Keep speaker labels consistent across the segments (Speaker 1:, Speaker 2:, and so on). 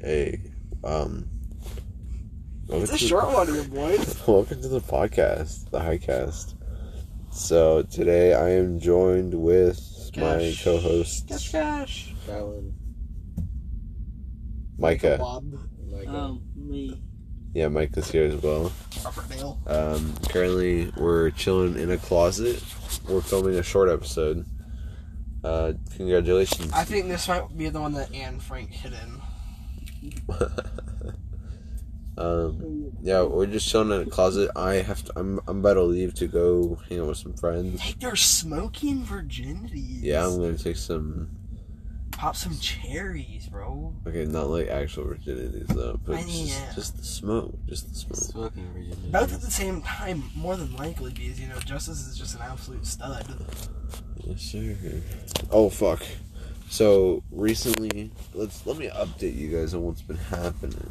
Speaker 1: Hey, um, welcome
Speaker 2: It's a
Speaker 1: to,
Speaker 2: short one, your boys.
Speaker 1: welcome to the podcast, the Highcast. So today I am joined with
Speaker 2: Cash.
Speaker 1: my co-hosts
Speaker 2: Cash, cash.
Speaker 3: Fallon,
Speaker 1: Micah.
Speaker 2: Bob,
Speaker 3: Michael.
Speaker 4: Um, me.
Speaker 1: Yeah, Micah's here as well.
Speaker 2: Robert Nail.
Speaker 1: Um, currently we're chilling in a closet. We're filming a short episode. Uh, congratulations.
Speaker 2: I think this might be the one that Anne Frank hid in.
Speaker 1: um, yeah, we're just chilling in a closet. I have to. I'm. I'm about to leave to go hang out with some friends.
Speaker 2: Take their smoking virginities.
Speaker 1: Yeah, I'm gonna take some
Speaker 2: Pop some cherries, bro.
Speaker 1: Okay, not like actual virginities though, but
Speaker 2: I mean,
Speaker 1: just,
Speaker 2: yeah.
Speaker 1: just the smoke, just the smoke.
Speaker 3: Smoking virginity.
Speaker 2: Both at the same time, more than likely, because you know Justice is just an absolute stud.
Speaker 1: Yes, sir. Oh fuck! So recently, let's let me update you guys on what's been happening.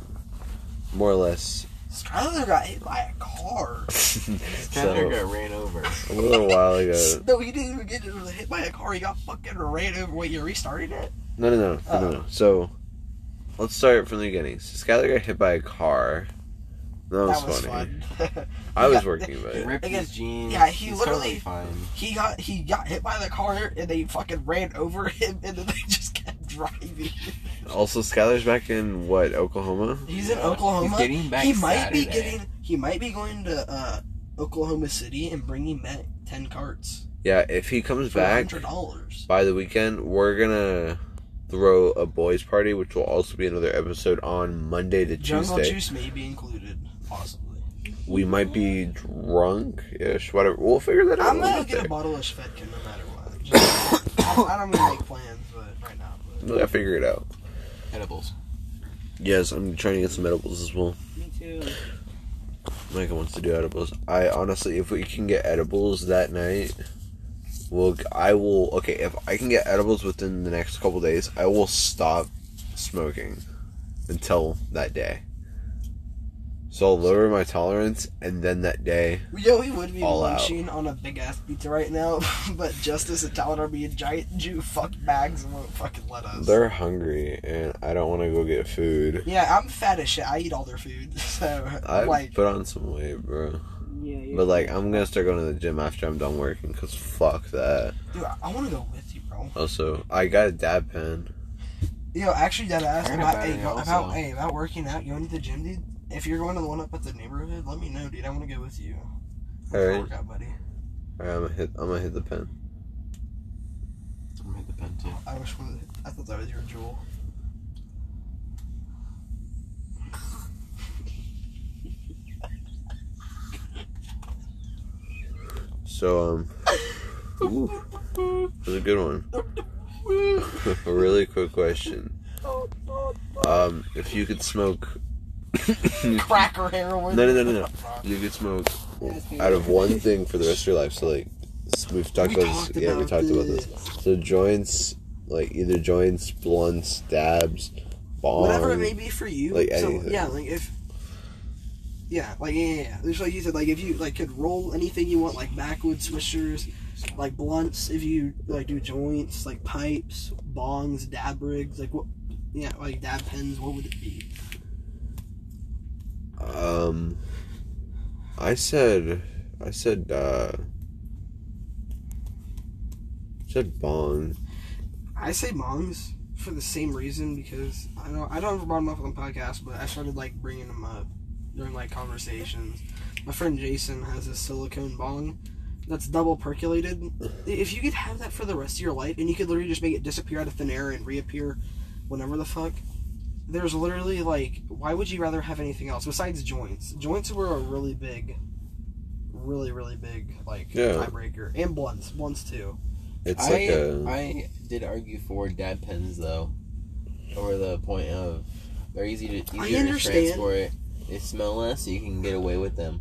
Speaker 1: More or less,
Speaker 2: Skylar got hit by a car.
Speaker 1: so-
Speaker 3: Tyler got ran over.
Speaker 1: a little while ago.
Speaker 2: no, he didn't even get hit by a car. He got fucking ran over. Wait, you restarted it?
Speaker 1: No, no, no, no,
Speaker 2: Uh-oh.
Speaker 1: no. So let's start from the beginning. So Skylar got hit by a car. That was,
Speaker 2: that was
Speaker 1: funny.
Speaker 2: fun.
Speaker 1: I was
Speaker 2: Yeah.
Speaker 1: working, but
Speaker 3: He ripped
Speaker 2: Again,
Speaker 3: his jeans.
Speaker 2: yeah, he
Speaker 3: He's
Speaker 2: literally-
Speaker 3: totally fine.
Speaker 2: he got he got hit by the car and they fucking ran over him and then they just kept driving.
Speaker 1: also Skylar's back in what Oklahoma?
Speaker 2: He's in
Speaker 3: Yeah.
Speaker 2: Oklahoma.
Speaker 3: He's getting back
Speaker 2: he might be
Speaker 3: Saturday.
Speaker 2: getting he might be going to uh, Oklahoma City and bringing back ten carts
Speaker 1: Yeah, if he comes
Speaker 2: for
Speaker 1: back,
Speaker 2: hundred dollars.
Speaker 1: by the weekend we're gonna throw a boys party which will also be another episode on monday to
Speaker 2: Jungle
Speaker 1: tuesday
Speaker 2: juice may be included, possibly.
Speaker 1: we might be drunk ish whatever we'll figure that out
Speaker 2: I'm
Speaker 1: when we
Speaker 2: gonna
Speaker 1: get
Speaker 2: get a
Speaker 1: there.
Speaker 2: bottle of Schvedkin no matter what. Just- I don't really make plans, but right now. But.
Speaker 1: we gotta figure it out
Speaker 3: Edibles.
Speaker 1: yes i'm trying to get some edibles as well
Speaker 4: Me too.
Speaker 1: michael wants to do edibles i honestly if we can get edibles that night well i will okay if i can get edibles within the next couple days i will stop smoking until that day so i'll lower my tolerance and then that day
Speaker 2: Yeah, we would be
Speaker 1: All out.
Speaker 2: munching on a big ass pizza right now, but Justice and Talon are being giant Jew fuck bags and won't fucking let us.
Speaker 1: They're hungry, and I don't want to go get food.
Speaker 2: Yeah, I'm fat as shit. I eat all their food, so
Speaker 1: I
Speaker 2: like
Speaker 1: put on some weight, bro.
Speaker 4: Yeah, yeah.
Speaker 1: But like, I'm gonna start going to the gym after I'm done working, cause fuck that.
Speaker 2: Dude, I, want to go with you, bro.
Speaker 1: Also, I got a dab pen.
Speaker 2: Yo, actually, that ass
Speaker 3: I heard
Speaker 2: about,
Speaker 3: about
Speaker 2: hey,
Speaker 3: it
Speaker 2: about,
Speaker 3: also.
Speaker 2: hey, about working out, going to the gym, dude. If you're going to the one up at the neighborhood, let me know, dude. I want to go with you.
Speaker 1: All right, all
Speaker 2: Workout, buddy.
Speaker 1: right, I'm gonna hit. I'm gonna hit the pen.
Speaker 3: I made the pen too.
Speaker 2: I wish one. I thought that was your jewel.
Speaker 1: So um, ooh, that was a good one. a really quick question. Um, if you could smoke, you
Speaker 2: Cracker heroin.
Speaker 1: No, no, no, no, no. could smoke out of one thing for the rest of your life. So like, s- we've talked
Speaker 2: We
Speaker 1: about this.
Speaker 2: talked
Speaker 1: yeah, we
Speaker 2: about
Speaker 1: talked about this. So joints, like either joints, blunts, dabs, bombs.
Speaker 2: whatever it may be for you.
Speaker 1: like
Speaker 2: so,
Speaker 1: anything.
Speaker 2: Yeah, like if. Yeah, like yeah, yeah, yeah. Just like you said, like if you like could roll anything you want, like backwood swishers, like blunts, if you like do joints, like pipes, bongs, dab rigs, like what? Yeah, like dab pens. What would it be?
Speaker 1: Um, I said, I said, uh, I said bong.
Speaker 2: I say bongs for the same reason because I know I don't ever brought them up on the podcast, but I started like bringing them up during like conversations. My friend Jason has a silicone bong that's double percolated. If you could have that for the rest of your life, and you could literally just make it disappear out of thin air and reappear whenever the fuck. There's literally like, why would you rather have anything else besides joints? Joints were a really big, really really big like
Speaker 1: Yeah.
Speaker 2: tiebreaker, and blunts, blunts too.
Speaker 1: It's
Speaker 3: I,
Speaker 1: like a
Speaker 3: I did argue for dad pens though, over the point of they're easy to
Speaker 2: I
Speaker 3: easier to
Speaker 2: understand.
Speaker 3: transport. They smell less, so you can get away with them.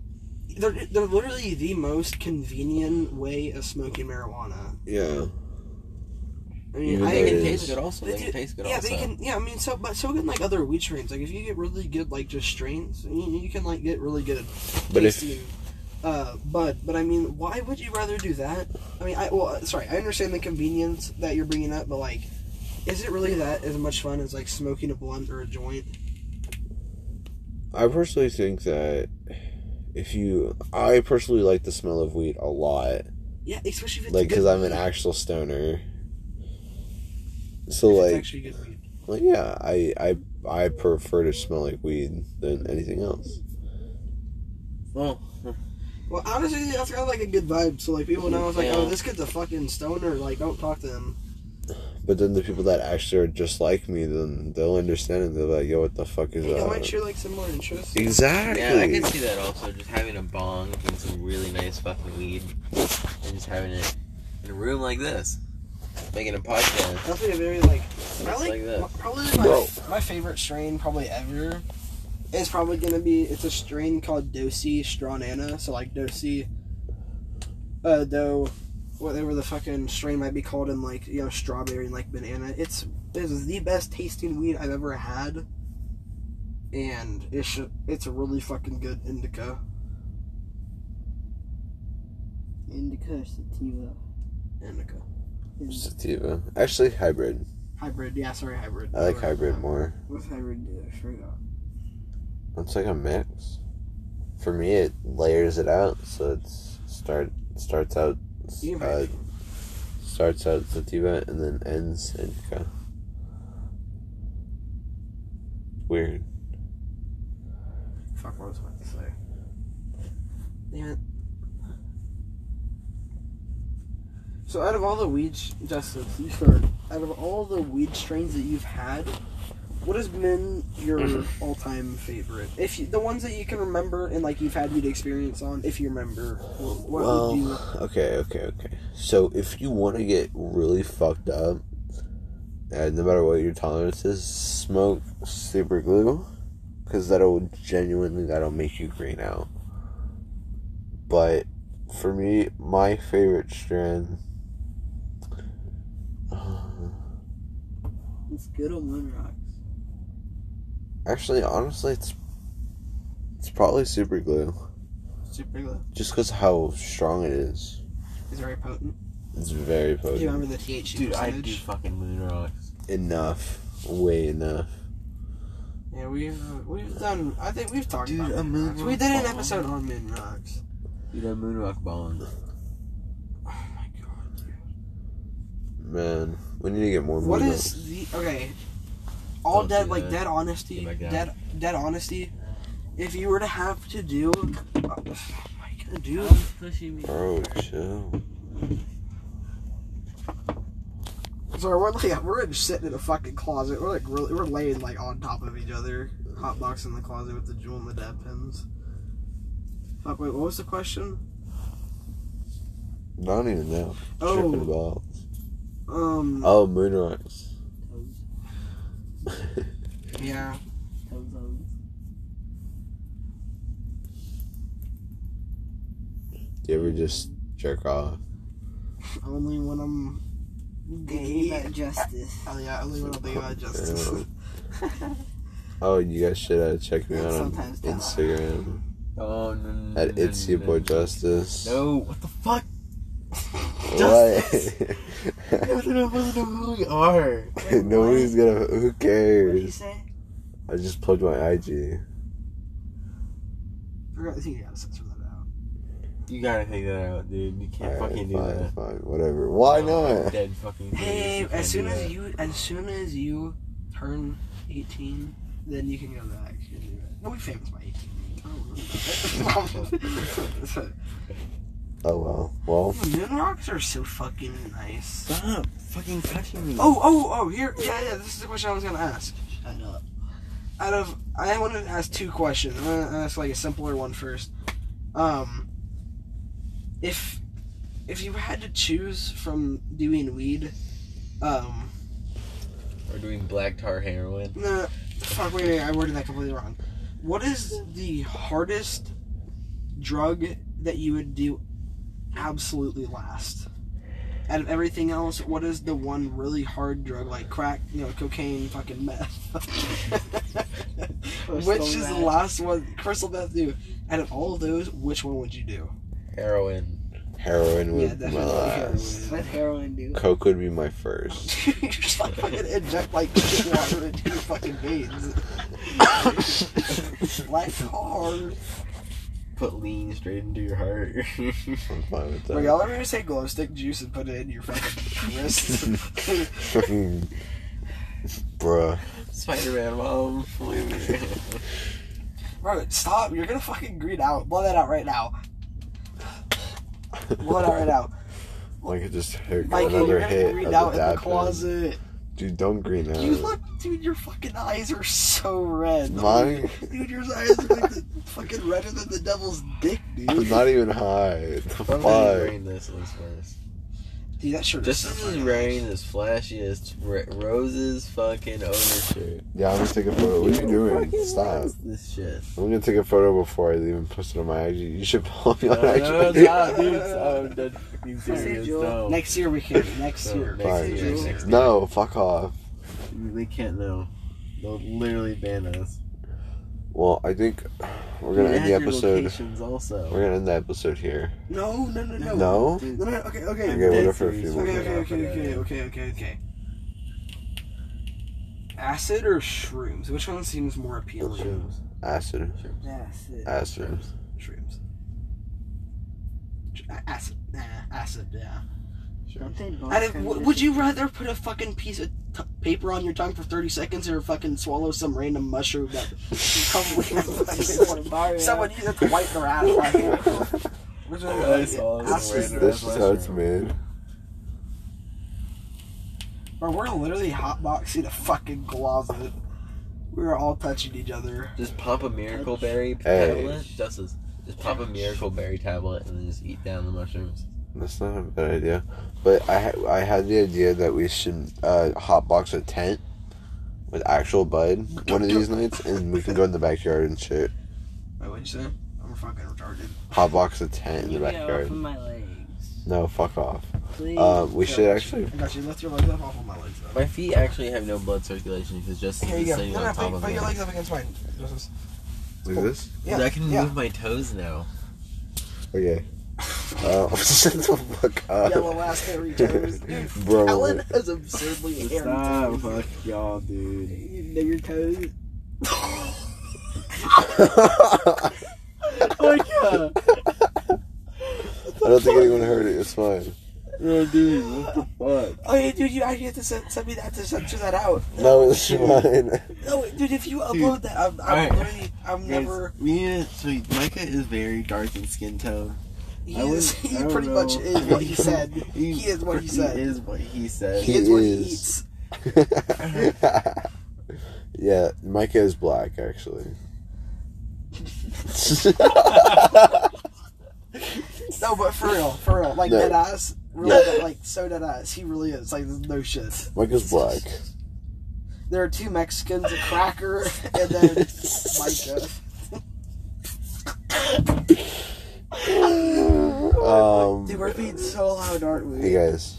Speaker 2: they're, they're literally the most convenient way of smoking marijuana.
Speaker 1: yeah.
Speaker 2: I mean,
Speaker 1: Even
Speaker 2: I,
Speaker 1: though
Speaker 3: They
Speaker 1: it
Speaker 3: can
Speaker 1: is.
Speaker 3: taste good also. They
Speaker 2: They do-
Speaker 3: can taste good
Speaker 2: yeah,
Speaker 3: also.
Speaker 2: they can. Yeah, I mean, so but so can like other weed strains. Like if you get really good, like just strains, you, you can like get really good.
Speaker 1: But if-
Speaker 2: tasting, uh, bud. But I mean, why uh, would you rather do that? I mean, I well, sorry, I understand the convenience that you're bringing up, but like, Is it really that as much fun as like smoking a blunt or a joint?
Speaker 1: I personally think that if you, I personally like the smell of weed a lot,
Speaker 2: Yeah, especially if it's
Speaker 1: like
Speaker 2: good
Speaker 1: because I'm an
Speaker 2: weed.
Speaker 1: actual stoner. So
Speaker 2: If it's
Speaker 1: like,
Speaker 2: actually good weed.
Speaker 1: like yeah, I I I prefer to smell like weed than anything else.
Speaker 3: Well,
Speaker 2: Well, honestly, that's kind of like a good vibe. So like people know it's like, oh,
Speaker 3: Yeah.
Speaker 2: this kid's a fucking stoner. Like, don't talk to him.
Speaker 1: But then the people that actually are just like me, then they'll understand and they'll be like, yo, what the fuck is
Speaker 2: You know, might
Speaker 1: that?
Speaker 2: share like some more interests.
Speaker 1: Exactly.
Speaker 3: yeah, I can see that also. Just having a bong and some really nice fucking weed, and just having it in a room like this, making a podcast.
Speaker 2: Definitely a very like. I like,
Speaker 3: like that.
Speaker 2: my- probably my,
Speaker 1: Bro.
Speaker 2: my favorite strain probably ever is probably gonna be it's a strain called Dosi Stranana. So like Dosi, uh, though whatever the fucking strain might be called in like you know strawberry and like banana. It's it is the best tasting weed I've ever had, and it's sh- it's a really fucking good indica.
Speaker 4: Indica sativa.
Speaker 2: Indica
Speaker 1: Sativa. Actually, hybrid.
Speaker 2: hybrid. Yeah, sorry, hybrid.
Speaker 1: I like
Speaker 2: Sorry.
Speaker 1: hybrid more.
Speaker 4: What's hybrid do? I forgot.
Speaker 1: It's like a mix. For me, it layers it out, so it's start starts out
Speaker 2: You can
Speaker 1: uh, starts out sativa and then ends indica. Weird.
Speaker 2: Fuck, what was I about to say? Damn it. So, out of all the weed, sh- Justice, you start. Out of all the weed strains that you've had, what has been your
Speaker 1: Mm-hmm.
Speaker 2: all-time favorite? If you, the ones that you can remember and like you've had good experience on, if you remember, what, what would you?
Speaker 1: Well, okay, okay, okay. So if you want to get really fucked up, and no matter what your tolerance is, smoke super glue, because that'll genuinely that'll make you green out. But for me, my favorite strand.
Speaker 4: It's good on one rocks.
Speaker 1: Actually, honestly, it's it's probably super glue,
Speaker 2: Super glue.
Speaker 1: just because how strong it is.
Speaker 2: It's very potent.
Speaker 1: It's very
Speaker 2: Do you
Speaker 1: potent.
Speaker 2: remember the THC
Speaker 3: Dude, I
Speaker 2: percentage?
Speaker 3: do fucking moon rocks.
Speaker 1: Enough, way enough.
Speaker 2: Yeah, we've we've done. I think we've talked
Speaker 3: Dude,
Speaker 2: about
Speaker 3: a
Speaker 2: moon
Speaker 3: moon
Speaker 2: rocks.
Speaker 3: rock
Speaker 2: We did an
Speaker 3: bomb.
Speaker 2: episode on moon rocks.
Speaker 3: Dude, a moon rock bong.
Speaker 2: Oh my god. dude.
Speaker 1: Man, we need to get more.
Speaker 2: What
Speaker 1: moon
Speaker 2: is the okay? All
Speaker 3: Don't
Speaker 2: dead
Speaker 3: do
Speaker 2: like
Speaker 3: that.
Speaker 2: dead honesty,
Speaker 3: Get back down.
Speaker 2: dead dead honesty. If you were to have to do, oh my god, dude,
Speaker 4: pushing me.
Speaker 1: Bro, chill.
Speaker 2: sorry, we're like we're just sitting in a fucking closet. We're like really, we're laying like on top of each other, hot box in the closet with the jewel and the dab pins. Fuck, wait, what was the question?
Speaker 1: I don't even know. Tripping
Speaker 2: Oh,
Speaker 1: balls.
Speaker 2: um,
Speaker 1: Oh, moon rocks.
Speaker 4: Toes,
Speaker 2: yeah.
Speaker 4: toes, toes.
Speaker 1: Do you ever just jerk off?
Speaker 2: Only when I'm
Speaker 4: Thinking
Speaker 2: gay.
Speaker 4: about justice.
Speaker 2: Oh yeah, only when I'm thinking about justice.
Speaker 1: Yeah. Oh, you guys should uh, check me
Speaker 4: And
Speaker 1: out on
Speaker 4: sometimes that-
Speaker 1: Instagram
Speaker 3: Oh no, no.
Speaker 1: at
Speaker 3: no,
Speaker 1: it's
Speaker 3: no,
Speaker 1: your
Speaker 3: no,
Speaker 1: boy
Speaker 3: no.
Speaker 1: Justice.
Speaker 2: Oh,
Speaker 3: No, what the fuck? Justice. I
Speaker 1: What?
Speaker 3: don't know, I don't know who we are.
Speaker 1: Nobody's gonna. Who
Speaker 4: What did you
Speaker 1: cares?
Speaker 4: say?
Speaker 1: I just plugged my IG.
Speaker 2: I think you gotta censor that out.
Speaker 3: You gotta take that out, dude. You can't
Speaker 1: Alright,
Speaker 3: fucking
Speaker 1: fine,
Speaker 3: do that.
Speaker 1: fine, whatever. Why
Speaker 3: Oh,
Speaker 1: not?
Speaker 3: Dead fucking. serious,
Speaker 2: Hey,
Speaker 3: you can't
Speaker 2: as soon
Speaker 3: do
Speaker 2: as
Speaker 3: that.
Speaker 2: you as soon as you turn eighteen, then you can go back and do it. We'll be famous by eighteen. I don't know.
Speaker 1: Oh well. Well,
Speaker 2: Moon rocks are so fucking nice.
Speaker 3: Stop fucking touching me.
Speaker 2: Oh, oh, oh! Here, yeah, yeah. This is the question I was gonna ask.
Speaker 4: Shut up.
Speaker 2: Out of, I wanted to ask two questions. I'm gonna ask like a simpler one first. Um, if if you had to choose from doing weed, um,
Speaker 3: We're doing black tar heroin.
Speaker 2: No, fuck, wait, wait, I worded that completely wrong. What is the hardest drug that you would do absolutely last? Out of everything else, what is the one really hard drug like crack, you know, cocaine, fucking meth? which
Speaker 4: Crystal
Speaker 2: is the
Speaker 4: meth.
Speaker 2: last one? Crystal meth, do. Out of all of those, which one would you do?
Speaker 3: Heroin.
Speaker 1: Heroin would be
Speaker 2: Yeah,
Speaker 1: my
Speaker 2: definitely
Speaker 1: last.
Speaker 4: What heroin do?
Speaker 1: Coke would be my first.
Speaker 2: you just like fucking inject like kitchen water into your fucking veins. Life hard.
Speaker 3: Put lean straight into your heart.
Speaker 1: I'm fine with
Speaker 2: Wait, y'all
Speaker 1: that.
Speaker 2: ever just take glow stick juice and put it in your fucking wrist?
Speaker 1: Fucking- Bruh.
Speaker 3: Spider Man mom.
Speaker 2: Bro, stop. You're gonna fucking green out. Blow that out right now. Blow it out right now.
Speaker 1: Like it just hit
Speaker 2: Mikey,
Speaker 1: another
Speaker 2: you're gonna
Speaker 1: hit
Speaker 2: green
Speaker 1: of the
Speaker 2: out in the
Speaker 1: dab pen.
Speaker 2: closet.
Speaker 1: Dude, don't green out.
Speaker 2: You look, dude, your fucking eyes are so red.
Speaker 1: Mine-
Speaker 2: Dude, your eyes are like the fucking redder than the devil's dick,
Speaker 1: I'm
Speaker 2: dude.
Speaker 1: not even high. The
Speaker 3: I'm
Speaker 1: fuck?
Speaker 3: wearing this looks worse.
Speaker 2: Dude, that shirt
Speaker 3: Just
Speaker 2: is
Speaker 3: as
Speaker 2: so
Speaker 3: he's
Speaker 2: fucking-
Speaker 3: wearing this flashiest r- Rose's fucking owner shirt.
Speaker 1: Yeah, I'm gonna take a photo. What are you doing? Stop.
Speaker 3: What's this shit?
Speaker 1: I'm gonna take a photo before I leave and post it on my IG. You should follow me
Speaker 3: No,
Speaker 1: on
Speaker 3: no,
Speaker 1: IG.
Speaker 3: no, stop, dude. Stop. I'm dead fucking
Speaker 4: Say
Speaker 3: serious.
Speaker 4: Joel.
Speaker 3: No.
Speaker 2: Next year we can. Next
Speaker 3: No,
Speaker 2: year.
Speaker 3: next
Speaker 1: Fine.
Speaker 3: year,
Speaker 2: Next
Speaker 3: next year.
Speaker 1: No, fuck off.
Speaker 3: They can't know. They'll literally ban us.
Speaker 1: Well, I think we're gonna
Speaker 3: Dude,
Speaker 1: end the
Speaker 3: add your
Speaker 1: episode.
Speaker 3: locations Also.
Speaker 1: We're gonna end the episode here.
Speaker 2: No, no, no, no.
Speaker 1: No?
Speaker 3: Dude,
Speaker 2: No, no, okay, okay.
Speaker 1: Okay,
Speaker 3: I'm
Speaker 1: we'll
Speaker 3: dead
Speaker 1: go for a few
Speaker 3: serious.
Speaker 1: more.
Speaker 2: Okay, okay, okay, okay, okay, okay, okay. Acid or shrooms? Which one seems more appealing?
Speaker 3: Shrooms.
Speaker 1: Acid.
Speaker 4: That's it.
Speaker 1: Acid.
Speaker 2: Shrooms. Sh- Acid. Nah, acid, yeah.
Speaker 4: Don't they both
Speaker 2: I didn't-
Speaker 4: kinda
Speaker 2: w-
Speaker 4: just-
Speaker 2: would you rather put a fucking piece of t- paper on your tongue for 30 seconds or fucking swallow some random mushroom that probably
Speaker 4: Wanna borrow it?
Speaker 2: someone used it to wipe their ass like Which one
Speaker 3: I saw this
Speaker 2: Acid.
Speaker 3: random-
Speaker 1: This is how it's made.
Speaker 2: Bro, we're literally hotboxing a fucking closet. We were all touching each other.
Speaker 3: Just pop a miracle berry
Speaker 1: Hey.
Speaker 3: tablet. Just as, just pop a miracle berry tablet and then just eat down the mushrooms.
Speaker 1: That's not a bad idea. But I ha- I had the idea that we should uh, hotbox a tent with actual bud one of these nights, and we can go in the backyard and shit.
Speaker 2: Wait, what'd you say? I'm fucking retarded.
Speaker 1: Hotbox a tent in the
Speaker 4: Get me off of
Speaker 1: backyard.
Speaker 4: my legs.
Speaker 1: No, fuck off.
Speaker 4: Please.
Speaker 3: Uh,
Speaker 1: Um, we should
Speaker 4: Coach.
Speaker 1: actually.
Speaker 2: I got you. Lift your legs up off of my legs, though.
Speaker 3: My feet actually have no blood circulation because Justin's
Speaker 2: Here
Speaker 3: just
Speaker 2: you go.
Speaker 3: sitting
Speaker 2: No, no,
Speaker 3: on top
Speaker 2: put,
Speaker 3: of
Speaker 2: put
Speaker 3: me.
Speaker 2: your legs up against mine. Justice.
Speaker 1: Do this?
Speaker 2: Yeah,
Speaker 3: I can
Speaker 2: yeah.
Speaker 3: move my toes now.
Speaker 1: Okay. Oh, Uh, shut the fuck up.
Speaker 2: Yellow ass hairy toes. Dude,
Speaker 1: Bro.
Speaker 2: Alan has absurdly hairy toes.
Speaker 3: fuck y'all, dude.
Speaker 4: You know your toes.
Speaker 3: Oh yeah.
Speaker 1: I don't think anyone heard it. It's fine.
Speaker 3: Oh, dude, what the fuck?
Speaker 2: Oh, yeah, dude, you actually have to send, send me that to censor that out.
Speaker 1: No, it's fine.
Speaker 2: No, dude, if you upload that, I'm, I'm
Speaker 3: Alright.
Speaker 2: literally, I'm never.
Speaker 3: we need to, so Micah is very dark in skin tone.
Speaker 2: He,
Speaker 3: I wouldn't-
Speaker 2: is, he
Speaker 3: I don't
Speaker 2: pretty
Speaker 3: know.
Speaker 2: much is what he said. He, is what he said.
Speaker 3: He is what he said.
Speaker 2: He is what he
Speaker 1: is.
Speaker 2: eats.
Speaker 1: yeah, Micah is black, actually.
Speaker 2: No, but for real, for real, like
Speaker 1: No.
Speaker 2: dead ass, really,
Speaker 1: Yeah.
Speaker 2: dead- like so dead ass. He really is like there's no shit.
Speaker 1: Micah's black.
Speaker 2: There are two Mexicans, a cracker, and then Micah.
Speaker 1: Um,
Speaker 2: Dude, we're being so loud, aren't we?
Speaker 1: hey guys,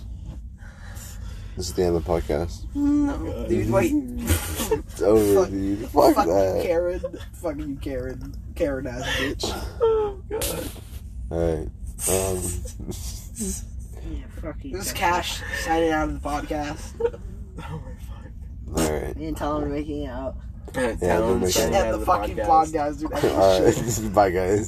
Speaker 1: this is the end of the podcast.
Speaker 2: Mm, No, dude, wait,
Speaker 1: It's over,
Speaker 2: Fuck.
Speaker 1: dude. Fuck,
Speaker 2: fuck you,
Speaker 1: that.
Speaker 2: Karen, fuck you, Karen, Karen ass bitch.
Speaker 3: Oh god.
Speaker 1: Alright. Um,
Speaker 4: Yeah, fucking.
Speaker 2: This is Cash signing out of the podcast.
Speaker 3: Oh my fuck.
Speaker 1: alright.
Speaker 4: Me and Tom are making out.
Speaker 3: Yeah,
Speaker 1: we'll
Speaker 3: Talon's
Speaker 1: make
Speaker 3: signing
Speaker 1: it.
Speaker 3: out
Speaker 2: And the
Speaker 3: of
Speaker 2: fucking
Speaker 3: podcast.
Speaker 2: blonde guys, dude. I hate shit.
Speaker 1: Alright. Bye, guys.